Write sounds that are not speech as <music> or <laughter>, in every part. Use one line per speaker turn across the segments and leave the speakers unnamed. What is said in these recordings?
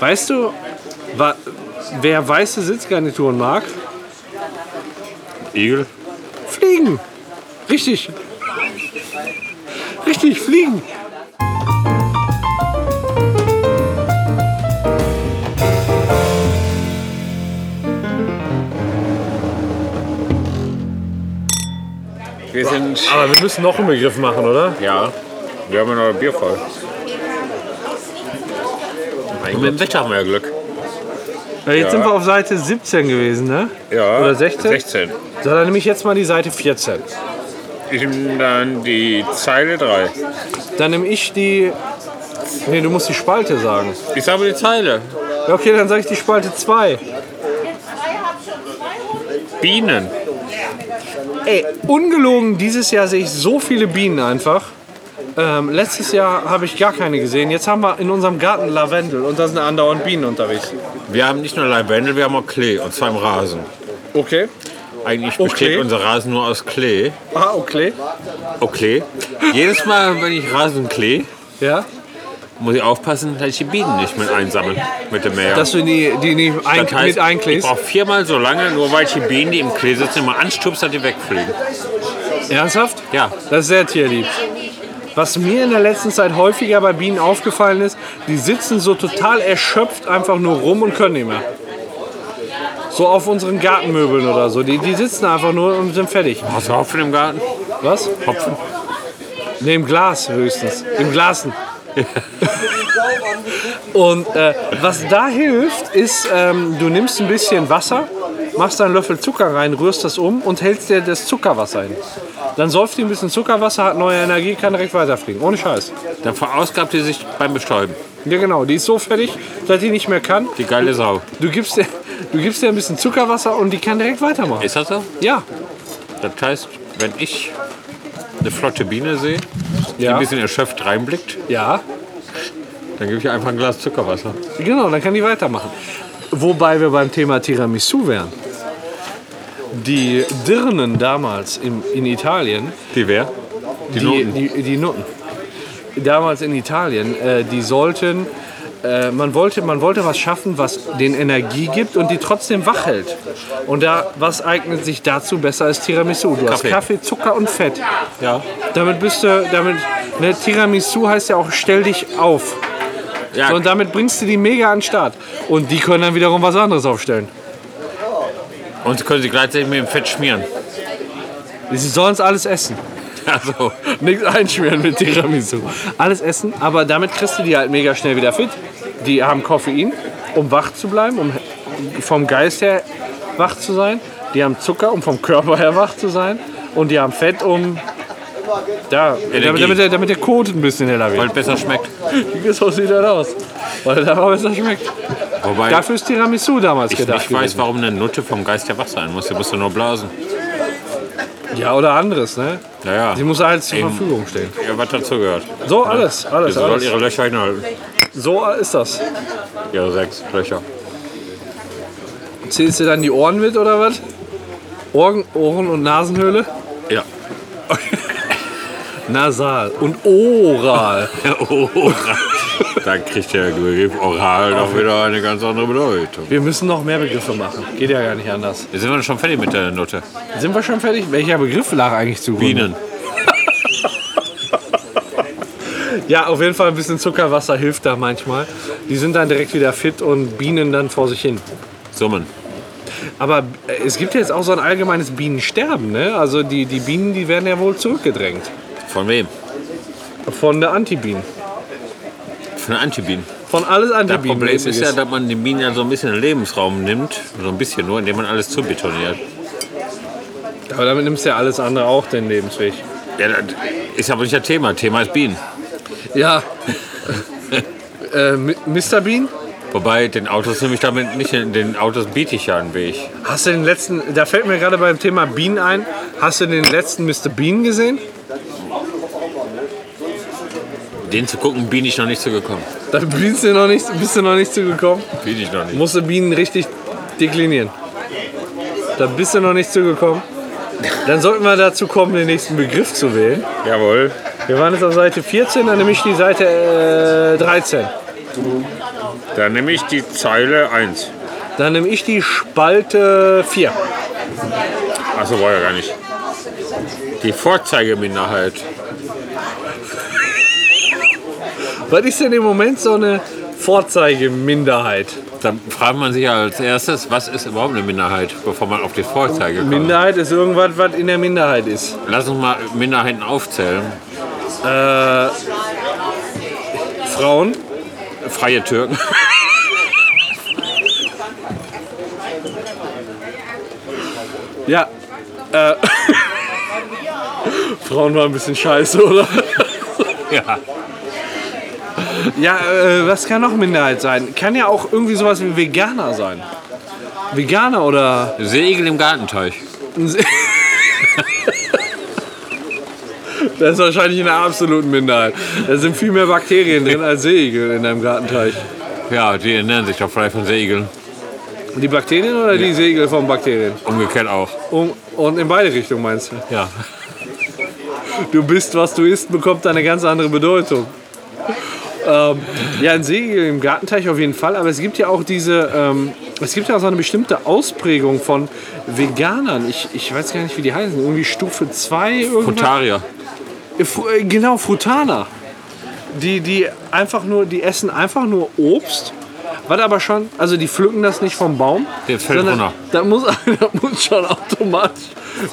Weißt du, wa- wer weiße Sitzgarnituren mag?
Igel?
Fliegen. Richtig. Richtig, fliegen.
Wir sind.
Aber wir müssen noch einen Begriff machen, oder?
Ja, wir haben ja noch ein Bier voll. Und mit dem Wetter haben wir ja Glück.
Ja, jetzt
Ja.
sind wir auf Seite 17 gewesen, ne?
Ja.
Oder 16?
16.
So, dann nehme ich jetzt mal die Seite 14.
Ich nehme dann die Zeile 3.
Dann nehme ich die. Nee, du musst die Spalte sagen.
Ich sage die Zeile.
Ja, okay, dann sage ich die Spalte 2.
Bienen.
Ey, ungelogen, dieses Jahr sehe ich so viele Bienen einfach. Ähm, letztes Jahr habe ich gar keine gesehen. Jetzt haben wir in unserem Garten Lavendel und da sind andauernd Bienen unterwegs.
Wir haben nicht nur Lavendel, wir haben auch Klee. Und zwar im Rasen.
Okay.
Eigentlich
Oh,
besteht
Klee?
unser Rasen nur aus Klee.
Ah, okay.
Oh, Klee. Jedes Mal, wenn ich Rasen klee,
Ja.
muss ich aufpassen, dass ich die Bienen nicht mit einsammeln mit dem Meer.
Dass du die, die nicht ein,
Das heißt,
mit
ich
einkläst.
brauche viermal so lange, nur weil ich die Bienen, die im Klee sitzen, immer anstupst, dass die wegfliegen.
Ernsthaft?
Ja.
Das ist sehr tierlieb. Was mir in der letzten Zeit häufiger bei Bienen aufgefallen ist, die sitzen so total erschöpft einfach nur rum und können nicht mehr. So auf unseren Gartenmöbeln oder so. Die, die sitzen einfach nur und sind fertig.
Hast du Hopfen im Garten?
Was? Hopfen? Ne, im Glas höchstens. Im Glasen. Und äh, was da hilft, ist, ähm, du nimmst ein bisschen Wasser, machst da einen Löffel Zucker rein, rührst das um und hältst dir das Zuckerwasser hin. Dann säuft die ein bisschen Zuckerwasser, hat neue Energie, kann direkt weiterfliegen. Ohne Scheiß.
Dann verausgabt die sich beim Bestäuben.
Ja genau, die ist so fertig, dass die nicht mehr kann.
Die geile Sau.
Du gibst dir, du gibst dir ein bisschen Zuckerwasser und die kann direkt weitermachen.
Ist das so?
Ja.
Das heißt, wenn ich eine flotte Biene sehe, die
Ja.
ein bisschen erschöpft reinblickt,
Ja.
dann gebe ich ihr einfach ein Glas Zuckerwasser.
Genau, dann kann die weitermachen. Wobei wir beim Thema Tiramisu wären. Die Dirnen damals im, in Italien,
Die wer? Die,
die,
Noten.
die, die Nutten, damals in Italien, äh, die sollten, äh, man, wollte, man wollte was schaffen, was den Energie gibt und die trotzdem wach hält. Und da, was eignet sich dazu besser als Tiramisu? Du hast
Kaffee.
Kaffee, Zucker und Fett.
Ja.
Damit bist du, damit, ne, Tiramisu heißt ja auch, stell dich auf.
ja.
So, und damit bringst du die mega an den Start. Und die können dann wiederum was anderes aufstellen.
Und können sie gleichzeitig mit dem Fett schmieren. <laughs>
Sie sollen es alles essen.
Also,
Nichts einschmieren mit Tiramisu. Alles essen, aber damit kriegst du die halt mega schnell wieder fit. Die haben Koffein, um wach zu bleiben, um vom Geist her wach zu sein. Die haben Zucker, um vom Körper her wach zu sein. Und die haben Fett, um. Ja, damit,
Energie.
damit, der, damit der Kot ein bisschen heller
weil
wird.
es besser schmeckt.
So sieht das aus. Weil da war besser schmeckt.
Wobei
Dafür ist Tiramisu damals
ich
gedacht.
nicht weiß, warum eine Nutte vom Geist der wach sein muss. Die musst du nur blasen.
gewesen. ja, oder anderes, ne?
Naja.
Sie muss halt zur
Eben.
Verfügung stehen.
Ja, was dazu gehört.
So, alles,
Sie
alles,
soll
alles.
ihre Löcher hinhalten.
So ist das.
Ihre sechs Löcher.
Zählst du dann die Ohren mit oder was? Ohren, Ohren und Nasenhöhle?
Ja.
Nasal und oral.
Oral. Dann kriegt der Begriff Oral doch wieder eine ganz andere Bedeutung.
Wir müssen noch mehr Begriffe machen. Geht ja gar nicht anders.
Jetzt sind wir schon fertig mit der Nutte.
Sind wir schon fertig? Welcher Begriff lag eigentlich zu?
Bienen.
Ja, auf jeden Fall ein bisschen Zuckerwasser hilft da manchmal. Die sind dann direkt wieder fit und bienen dann vor sich hin.
Summen.
Aber äh, es gibt jetzt auch so ein allgemeines Bienensterben, ne? Also die, die Bienen, die werden ja wohl zurückgedrängt.
Von wem?
Von der Antibienen.
Von Antibienen.
Von alles
Das
Antibienen.
Problem ist ja, dass man den Bienen ja so ein bisschen Lebensraum nimmt. So ein bisschen nur, indem man alles zubetoniert.
Aber damit nimmst du ja alles andere auch den Lebensweg.
Ja, das ist aber nicht das Thema. Thema ist Bienen.
Ja. <laughs> äh, Mi- Mr. Bean?
Wobei, den Autos nehme ich damit nicht, hin. den Autos biete ich ja einen Weg.
Hast du den letzten, da fällt mir gerade beim Thema Bean ein, hast du den letzten Mr. Bean gesehen?
Den zu gucken, bin ich noch nicht so gekommen.
Da bist du noch nicht, bist du noch nicht zugekommen.
Bin ich noch nicht.
Musst du Bienen richtig deklinieren. Da bist du noch nicht zugekommen. Dann sollten wir dazu kommen, den nächsten Begriff zu wählen.
Jawohl.
Wir waren jetzt auf Seite 14, dann nehme ich die Seite äh, 13.
Dann nehme ich die Zeile 1.
Dann nehme ich die Spalte 4.
Achso, war ja gar nicht. Die Vorzeigeminderheit.
Was ist denn im Moment so eine Vorzeigeminderheit?
Da fragt man sich ja als erstes, was ist überhaupt eine Minderheit, bevor man auf die Vorzeige kommt.
Minderheit ist irgendwas, was in der Minderheit ist.
Lass uns mal Minderheiten aufzählen.
Frauen,
Freie Türken. <laughs>
ja. Äh, <laughs> Frauen waren ein bisschen scheiße, oder?
ja.
Ja, äh, was kann noch Minderheit sein? Kann ja auch irgendwie sowas wie Veganer sein. Veganer oder.
Segel im Gartenteich.
Das ist wahrscheinlich eine absolute Minderheit. Da sind viel mehr Bakterien drin als Seeigel in deinem Gartenteich.
Ja, die ernähren sich doch frei von Segeln.
Die Bakterien oder die Segel von Bakterien?
Umgekehrt auch.
Und, Um, und in beide Richtungen meinst du?
Ja.
Du bist, was du isst, bekommt eine ganz andere Bedeutung. Ähm, ja, ein Segel im Gartenteich auf jeden Fall, aber es gibt ja auch diese, ähm, es gibt ja auch so eine bestimmte Ausprägung von Veganern. Ich, ich weiß gar nicht, wie die heißen. Irgendwie Stufe 2 irgendwas.
Frutarier.
Äh, Fru- äh, Genau, Frutaner. Die, die einfach nur, die essen einfach nur Obst. Was aber schon, also die pflücken das nicht vom Baum.
Der fällt
sondern
runter.
Das muss, <laughs> das muss schon automatisch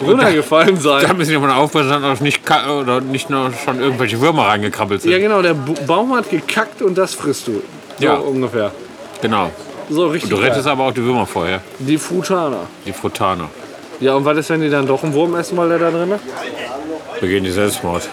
runtergefallen sein.
Da müssen wir mal aufpassen, dass auch nicht, ka- oder nicht nur schon irgendwelche Würmer reingekrabbelt sind.
Ja, genau, der Bu- Baum hat gekackt und das frisst du. So
Ja.
ungefähr.
Genau.
So richtig.
Du
geil.
rettest aber auch die Würmer vorher,
die Frutaner.
die Frutaner.
Ja, und was ist, wenn die dann doch einen Wurm essen, weil der da drin ist?
Begehen die Selbstmord.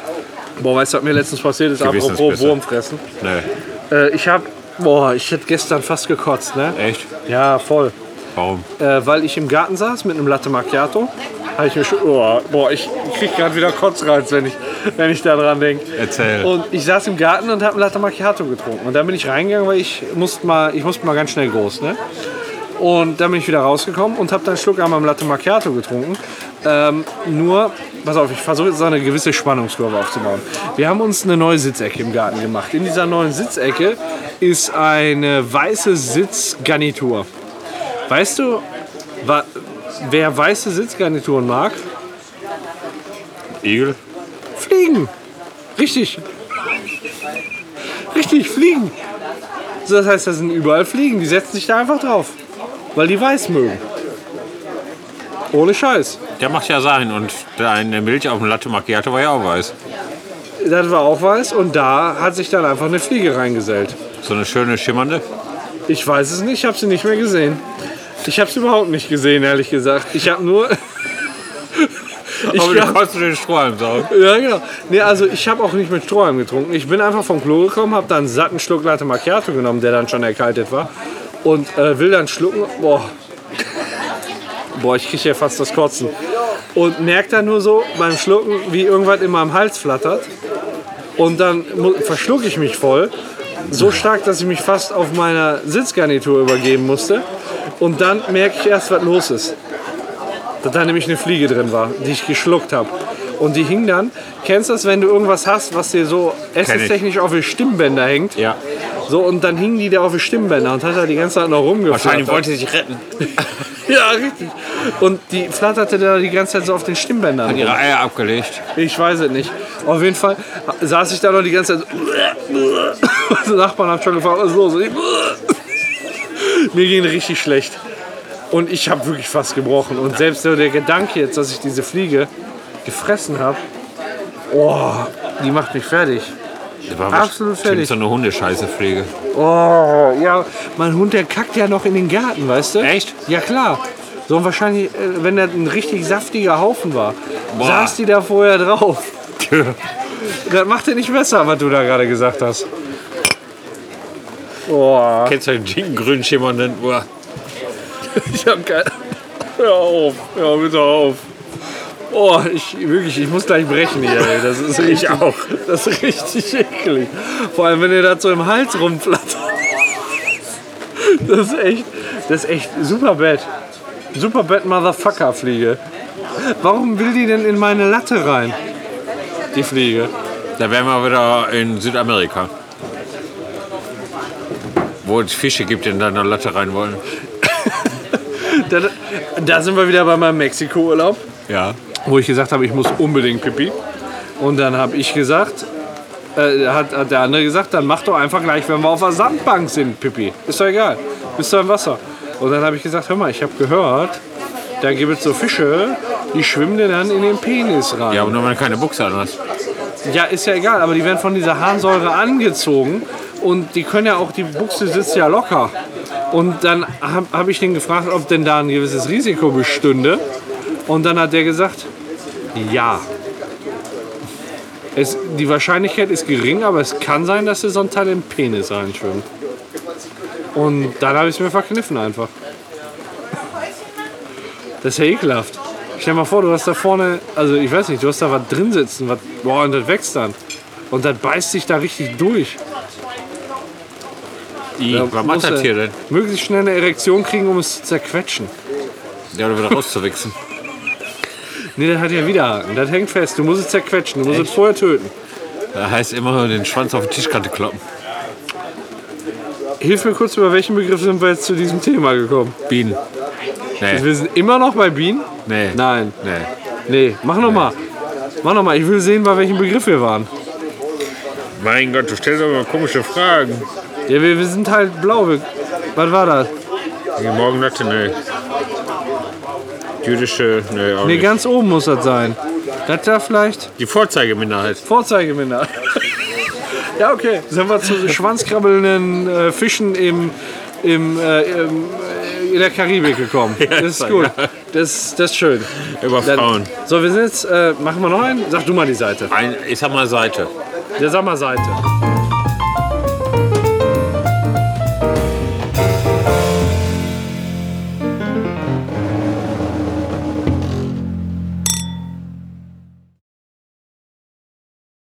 Boah, weißt du, was mir letztens passiert ist?
Gewissensbisse.
Apropos Wurm fressen.
Nee,
Äh, ich hab, boah, ich hätte gestern fast gekotzt, ne?
echt?
Ja, voll.
Warum?
Äh, weil ich im Garten saß mit einem Latte Macchiato. Hab ich mir schon, oh, boah, ich krieg gerade wieder Kotzreiz, wenn ich, wenn ich da dran denke.
Erzähl.
Und ich saß im Garten und habe einen Latte Macchiato getrunken. Und dann bin ich reingegangen, weil ich musste mal, ich musste mal ganz schnell groß. Ne? Und dann bin ich wieder rausgekommen und habe dann einen Schluck an meinem Latte Macchiato getrunken. Ähm, nur, pass auf, ich versuche jetzt so eine gewisse Spannungskurve aufzubauen. Wir haben uns eine neue Sitzecke im Garten gemacht. In dieser neuen Sitzecke ist eine weiße Sitzgarnitur. Weißt du, wa- wer weiße Sitzgarnituren mag?
Igel?
Fliegen. Richtig. Richtig, fliegen. So, das heißt, da sind überall Fliegen. Die setzen sich da einfach drauf. Weil die weiß mögen. Ohne Scheiß.
Der macht ja sein. Und deine Milch auf dem Latte Macchiato war ja auch weiß.
Das war auch weiß und da hat sich dann einfach eine Fliege reingesellt.
So eine schöne, schimmernde.
Ich weiß es nicht, ich habe sie nicht mehr gesehen. Ich habe sie überhaupt nicht gesehen, ehrlich gesagt. Ich habe nur. <laughs> ich
Aber
hab-
du kannst du den Strohhalm saugen.
Ja, genau. Nee, also ich habe auch nicht mit Strohhalm getrunken. Ich bin einfach vom Klo gekommen, habe dann einen satten Schluck Latte Macchiato genommen, der dann schon erkaltet war. Und äh, will dann schlucken. Boah. Boah, ich kriege ja fast das Kotzen. Und merkt dann nur so beim Schlucken, wie irgendwas in meinem Hals flattert. Und dann mu- verschluck ich mich voll. So stark, dass ich mich fast auf meiner Sitzgarnitur übergeben musste. Und dann merke ich erst, was los ist dass da nämlich eine Fliege drin war, die ich geschluckt habe. Und die hing dann, kennst du das, wenn du irgendwas hast, was dir so essenstechnisch auf die Stimmbänder hängt?
Ja.
So, und dann hingen die da auf die Stimmbänder und hat da die ganze Zeit noch
Wahrscheinlich
rumgeflattert.
wollte sie sich retten.
Ja, richtig. Und die flatterte da die ganze Zeit so auf den Stimmbändern. rum.
Ihre Eier abgelegt.
Ich weiß es nicht. Auf jeden Fall saß ich da noch die ganze Zeit. so- <laughs> Die Nachbarn haben schon gefragt, was ist los? Und ich- <laughs> Mir ging richtig schlecht. Und ich habe wirklich fast gebrochen. Und selbst nur der Gedanke jetzt, dass ich diese Fliege gefressen habe, oh, die macht mich fertig.
Das war
Absolut
bestimmt
fertig.
so eine Hundescheißepflege.
Oh, ja, mein Hund, der kackt ja noch in den Garten, weißt du?
Echt?
Ja, klar. So und wahrscheinlich, äh, wenn das ein richtig saftiger Haufen war,
Boah.
saß die da vorher drauf. Das macht dir nicht besser, was du da gerade gesagt hast. Boah,
Kennst du den grün schimmernden? Uah.
ich hab kein. Hör auf, hör bitte auf. Oh, ich wirklich, ich muss gleich brechen hier. Ey. Das ist richtig, ich auch. Das ist richtig eklig. Vor allem, wenn ihr da so im Hals rumflattert. Das ist echt, das ist echt super Bad. Super Bad Motherfucker Fliege. Warum will die denn in meine Latte rein? Die Fliege.
Da wären wir wieder in Südamerika. Wo es Fische gibt, die in deiner Latte rein wollen.
Da, da sind wir wieder bei meinem Mexiko-Urlaub,
Ja.
wo ich gesagt habe, ich muss unbedingt Pipi. Und dann habe ich gesagt, äh, hat, hat der andere gesagt, dann mach doch einfach gleich, wenn wir auf der Sandbank sind, Pipi. Ist doch egal. Bist du im Wasser. Und dann habe ich gesagt, hör mal, ich habe gehört, da gibt es so Fische, die schwimmen dir dann in den Penis rein.
Ja, aber nur wenn du keine Buchse an hast.
Ja, ist ja egal, aber die werden von dieser Harnsäure angezogen und die können ja auch, die Buchse sitzt ja locker. Und dann habe hab ich den gefragt, ob denn da ein gewisses Risiko bestünde. Und dann hat der gesagt, ja. Es, die Wahrscheinlichkeit ist gering, aber es kann sein, dass dir so ein Teil im Penis reinschwimmt. Und dann habe ich es mir verkniffen einfach. Das ist ja ekelhaft. Stell dir mal vor, du hast da vorne, also ich weiß nicht, du hast da was drin sitzen, was, boah, und das wächst dann. Und das beißt sich da richtig durch.
I,
Da
was
muss
macht das
er
hier denn?
Möglichst schnell eine Erektion kriegen, um es zu zerquetschen.
Ja, oder wieder rauszuwichsen.
Nee, das hat ja Widerhaken. Das hängt fest. Du musst es zerquetschen. Du musst es vorher töten.
Da heißt immer nur den Schwanz auf die Tischkante kloppen.
Hilf mir kurz, über welchen Begriff sind wir jetzt zu diesem Thema gekommen?
Bienen. Nee.
Wir sind immer noch bei Bienen?
Nee.
Nein.
Nee.
Nee, mach noch mal. Mach noch mal. Ich will sehen, bei welchem Begriff wir waren.
Mein Gott, du stellst aber komische Fragen.
Ja, wir, wir sind halt blau. Wir, was war das?
Die Morgenlatte, nee. Jüdische, nee, auch
Nee,
nicht.
ganz oben muss das sein. Das da vielleicht?
Die Vorzeigeminderheit.
Vorzeigeminderheit. <laughs> ja, okay. Sind wir zu schwanzkrabbelnden äh, Fischen im, im, äh, im, äh, in der Karibik
<laughs>
gekommen. Das ist gut. Das, das ist schön.
Über
Dann-
Frauen.
So, wir sind jetzt, äh, machen wir noch einen? Sag du mal die Seite.
Ein, ich sag mal Seite.
Der sag mal Seite.